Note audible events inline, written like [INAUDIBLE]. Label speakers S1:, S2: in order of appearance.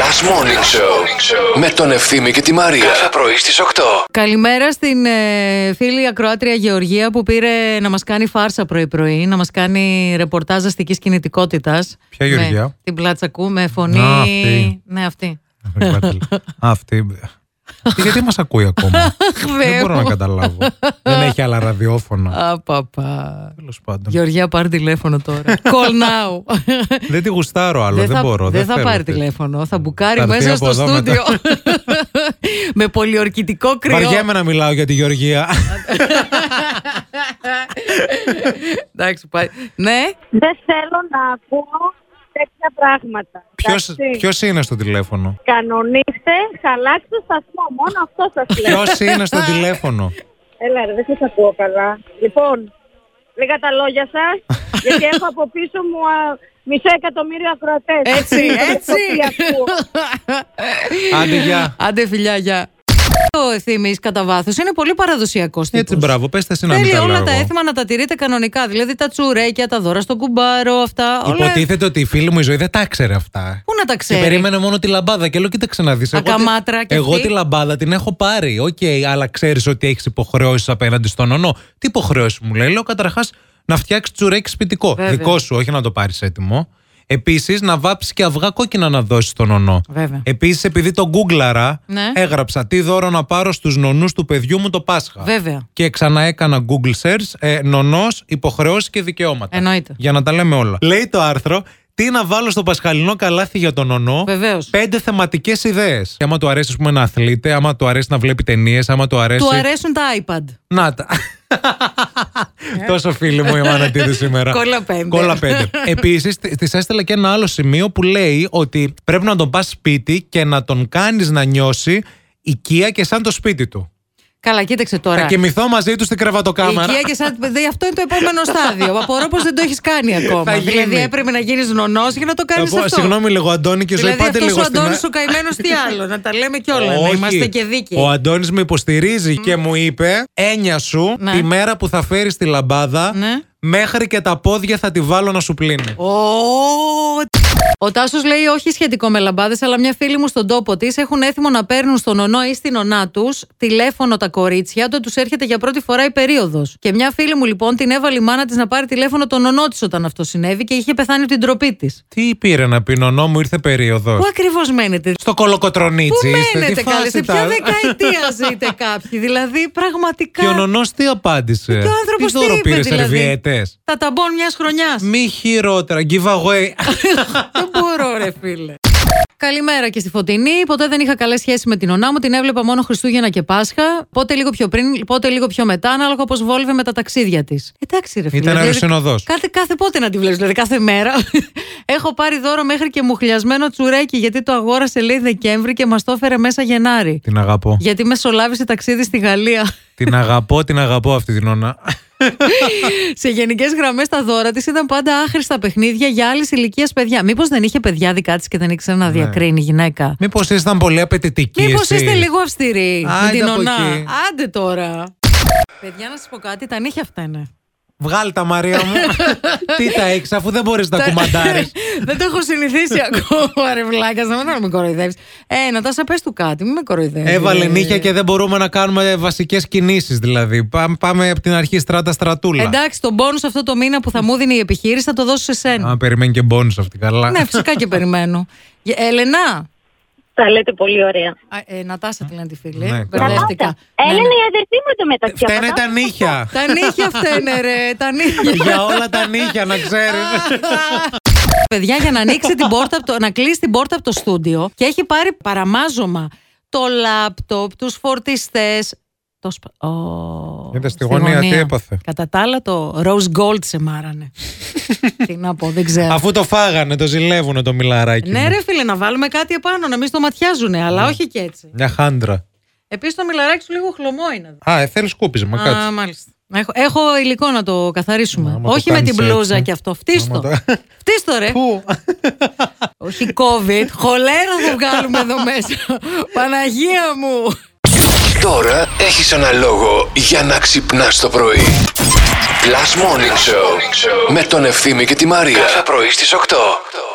S1: Last Morning Show με τον Ευθύμη και τη Μαρία. Κάθε πρωί στις 8.
S2: Καλημέρα στην ε, φίλη ακροάτρια Γεωργία που πήρε να μας κάνει φάρσα πρωί-πρωί, να μας κάνει ρεπορτάζ αστικής κινητικότητας.
S3: Ποια Γεωργία?
S2: Την πλάτσακού με φωνή.
S3: Να, αυτή.
S2: Ναι, αυτή.
S3: Αυτή. Τι, Γιατί μας ακούει ακόμα.
S2: Θεέ
S3: Δεν μπορώ
S2: μου.
S3: να καταλάβω. Δεν έχει άλλα ραδιόφωνα.
S2: Απαπα.
S3: Τέλος πάντων.
S2: Γεωργία, πάρει τηλέφωνο τώρα. Call now.
S3: [LAUGHS] Δεν τη γουστάρω άλλο.
S2: Δεν
S3: Δεν,
S2: θα,
S3: μπορώ.
S2: δεν θα
S3: θέλω
S2: πάρει
S3: αυτή.
S2: τηλέφωνο. Θα μπουκάρει
S3: Θα έρθει
S2: μέσα
S3: από
S2: στο
S3: εδώ μετά.
S2: στούντιο. [LAUGHS] με πολιορκητικό κρυό.
S3: [LAUGHS] Βαριέμαι να μιλάω για τη Γεωργία.
S2: Εντάξει, πάει. Ναι,
S4: Δεν θέλω να ακούω τέτοια πράγματα.
S3: Ποιος-
S4: Εντάξει.
S3: Ποιος είναι στο τηλέφωνο.
S4: Κανονίστε, θα αλλάξει το σταθμό. Μόνο αυτό σας λέω.
S3: Ποιος είναι στο τηλέφωνο.
S4: Έλα, ρε, δεν σας ακούω καλά. Λοιπόν, λίγα τα λόγια σας,
S2: [LAUGHS]
S4: γιατί έχω από πίσω μου α, μισό εκατομμύριο ακροατές.
S2: έτσι, έτσι.
S4: Τι ακούω.
S3: Άντε γεια.
S2: Άντε, φιλιά, γεια. Ο ευθύνη κατά βάθος είναι πολύ παραδοσιακός τύπο.
S3: Έτσι μπράβο. Πες τα εσύ να μην
S2: Θέλει
S3: τα
S2: όλα
S3: λέω
S2: τα
S3: εγώ.
S2: έθιμα να τα τηρείτε κανονικά. Δηλαδή τα τσουρέκια, τα δώρα στον κουμπάρο, αυτά. Όλα...
S3: Υποτίθεται ότι η φίλη μου η ζωή δεν τα ξέρει αυτά.
S2: Πού να τα
S3: Και
S2: ξέρει.
S3: περίμενε μόνο τη λαμπάδα και λέω κοίταξε να δεις εγώ,
S2: Ακαμάτρα
S3: τη-
S2: και
S3: εγώ
S2: αυτή.
S3: τη λαμπάδα την έχω πάρει Οκ αλλά ξέρεις ότι έχεις υποχρεώσεις απέναντι στον ονό Τι υποχρεώσεις μου λέει Λέω καταρχάς να φτιάξεις τσουρέκι σπιτικό
S2: Βέβαια.
S3: Δικό σου όχι να το πάρεις έτοιμο Επίσης να βάψεις και αυγά κόκκινα να δώσεις στον ονό
S2: Βέβαια.
S3: Επίσης επειδή το γκούγκλαρα
S2: Ναι.
S3: έγραψα τι δώρο να πάρω στους νονούς του παιδιού μου το Πάσχα
S2: Βέβαια.
S3: και ξανά έκανα Google search ε, νονός, υποχρεώσεις και δικαιώματα.
S2: Εννοείται.
S3: Για να τα λέμε όλα. Λέει το άρθρο, τι να βάλω στο πασχαλινό καλάθι για τον νονό.
S2: Βεβαίως.
S3: Πέντε θεματικές ιδέες. Και άμα του αρέσει, ας πούμε, να αθλείται, άμα του αρέσει να βλέπει ταινίες, άμα του αρέσει.
S2: Του αρέσουν τα iPad.
S3: Να τα. Τόσο φίλη μου η Μανατίδη σήμερα.
S2: Ε. Κόλλα πέντε.
S3: Κόλλα πέντε. Επίσης, της έστειλα και ένα άλλο σημείο που λέει ότι πρέπει να τον πας σπίτι και να τον κάνεις να νιώσει οικία και σαν το σπίτι του.
S2: Καλά, κοίταξε
S3: Θα
S2: τώρα.
S3: κοιμηθώ μαζί τους στην κρεβατοκάμαρα.
S2: Οικία και σαν... Δε- Αυτό είναι το επόμενο στάδιο. Απορώ πως δεν το έχεις κάνει ακόμα.
S3: Θα
S2: δηλαδή
S3: γίνει.
S2: έπρεπε να γίνεις νονός για να το κάνεις
S3: Θα πω,
S2: αυτό.
S3: Συγγνώμη λίγο, Αντώνης και Ζωή,
S2: δηλαδή
S3: πάτε
S2: αυτός
S3: λίγο
S2: ο
S3: στην.
S2: Αντώνης ο καημένος τι άλλο. Να τα λέμε κιόλα. Να
S3: Όχι.
S2: ναι, είμαστε και δίκαιοι.
S3: Ο Αντώνης με υποστηρίζει και μου είπε: Έννοια σου,
S2: Ναι.
S3: τη μέρα που θα φέρεις τη λαμπάδα,
S2: Ναι.
S3: μέχρι και τα πόδια θα τη βάλω να σου πλύνει.
S2: Ω, Ο Τάσος λέει όχι σχετικό με λαμπάδες, αλλά μια φίλη μου στον τόπο της έχουν έθιμο να παίρνουν στον ονό ή στην ονά τους τηλέφωνο τα κορίτσια όταν τους έρχεται για πρώτη φορά η περίοδος. Και μια φίλη μου λοιπόν την έβαλε η μάνα της να πάρει τηλέφωνο τον ονό της όταν αυτό συνέβη και είχε πεθάνει από την τροπή της.
S3: Τι πήρε να πει, νονό μου ήρθε περίοδος.
S2: Πού ακριβώς μένετε,
S3: Στο κολοκοτρονίτσι.
S2: Πού
S3: είστε,
S2: μένετε,
S3: τι
S2: καλέ,
S3: φάση
S2: σε ποια
S3: τα-
S2: δεκαετία ζείτε κάποιοι. Δηλαδή, πραγματικά.
S3: [LAUGHS] Και ο νονός τι απάντησε.
S2: Και ο άνθρωπος
S3: Τι
S2: τι
S3: δώρο
S2: είπε,
S3: πήρε
S2: δηλαδή?
S3: σερβιέτες.
S2: Τα ταμπών μιας χρονιάς.
S3: Μη χειρότερα.
S2: [LAUGHS]
S3: Giveaway.
S2: Δεν μπορώ, ρε φίλε. Καλημέρα και στη Φωτεινή. Ποτέ δεν είχα καλές σχέσεις με την ονά μου. Την έβλεπα μόνο Χριστούγεννα και Πάσχα. Πότε λίγο πιο πριν, πότε λίγο πιο μετά, ανάλογα πώς βόλευε με τα ταξίδια της. Εντάξει, ρε φίλε.
S3: Ήταν
S2: δηλαδή,
S3: αεροσυνοδός.
S2: Κάθε, κάθε πότε να τη βλέπεις, δηλαδή κάθε μέρα. [LAUGHS] Έχω πάρει δώρο μέχρι και μουχλιασμένο τσουρέκι, γιατί το αγόρασε, λέει, Δεκέμβρη και μας το έφερε μέσα Γενάρη.
S3: Την αγαπώ.
S2: Γιατί μεσολάβησε ταξίδι στη Γαλλία. [LAUGHS]
S3: Την αγαπώ, την αγαπώ αυτή την ονά.
S2: Σε γενικές γραμμές, τα δώρα της ήταν πάντα άχρηστα παιχνίδια για άλλη ηλικία παιδιά. Μήπως δεν είχε παιδιά δικά της και δεν ήξερε να διακρίνει η γυναίκα.
S3: Μήπως ήσασταν πολύ απαιτητικοί.
S2: Μήπως
S3: εσείς.
S2: είστε λίγο αυστηροί με
S3: Άντε
S2: την
S3: από
S2: ονά.
S3: εκεί.
S2: Άντε τώρα. Παιδιά, να σας πω κάτι, τα νύχια αυτά είναι.
S3: Βγάλ τα Μαρία
S2: [LAUGHS]
S3: μου. Τι τα έχεις, αφού δεν μπορείς να κουμαντάρεις.
S2: δεν το έχω
S3: [LAUGHS]
S2: συνηθίσει ακόμα, ρε βλάκας. Να μην να με κοροϊδεύεις. Ε, να τα σα πες του κάτι, μην με κοροϊδεύεις.
S3: Έβαλε νύχια και δεν μπορούμε να κάνουμε βασικές κινήσεις, δηλαδή. Πάμε, πάμε από την αρχή στράτα στρατούλα.
S2: Εντάξει, τον πόνου αυτό το μήνα που θα μου δίνει η επιχείρηση θα το δώσω σε
S3: [LAUGHS]
S2: σένα.
S3: Α, περιμένει και μπόνους αυτή, καλά.
S2: ναι, φυσικά και περιμένω. Ε, Ελενά,
S4: Τα λέτε πολύ ωραία.
S2: Α, ε, Νατάσα τη λένε τη φίλη.
S3: Ναι,
S2: Μπερδεύτηκα.
S4: Έλα,
S2: Ναι, ναι.
S4: είναι η αδερφή μου το μεταξύ.
S3: Φταίνε
S4: αυτά.
S3: τα νύχια.
S2: Τα νύχια αυτά είναι ρε, τα νύχια.
S3: Για όλα τα νύχια, να ξέρεις.
S2: Παιδιά, για να ανοίξει την πόρτα, απ' το- να κλείσει την πόρτα από το στούντιο και έχει πάρει παραμάζωμα το λάπτοπ, τους φορτιστές. Το σπα... Ω,
S3: Είδες στη γωνία τι έπαθε.
S2: Κατά τα άλλα, το rose gold σε
S3: [LAUGHS]
S2: μάρανε. τι να πω, δεν ξέρω.
S3: Αφού το φάγανε, το ζηλεύουνε το μιλαράκι.
S2: Ναι,
S3: μου.
S2: ρε φίλε, να βάλουμε κάτι επάνω, να μην στο ματιάζουνε,
S3: Ναι.
S2: αλλά όχι και έτσι.
S3: Μια χάντρα.
S2: Επίσης, το μιλαράκι σου λίγο χλωμό είναι.
S3: Α, ε, θέλεις σκούπισμα,
S2: Α,
S3: κάτσε.
S2: μάλιστα. Έχω, έχω υλικό να το καθαρίσουμε.
S3: Άμα το
S2: Όχι με την
S3: κάνεις
S2: μπλούζα
S3: έτσι.
S2: και αυτό. Φτύστο.
S3: Άμα το-
S2: [LAUGHS] Φτύστο, ρε.
S3: Πού?
S2: Όχι COVID. Χολέρα θα βγάλουμε εδώ
S3: [LAUGHS]
S2: μέσα. Παναγία μου.
S1: Τώρα έχεις ένα λόγο για να ξυπνάς το πρωί. Last Morning Show με τον Ευθύμη και τη Μαρία. Κάθε πρωί στις 8.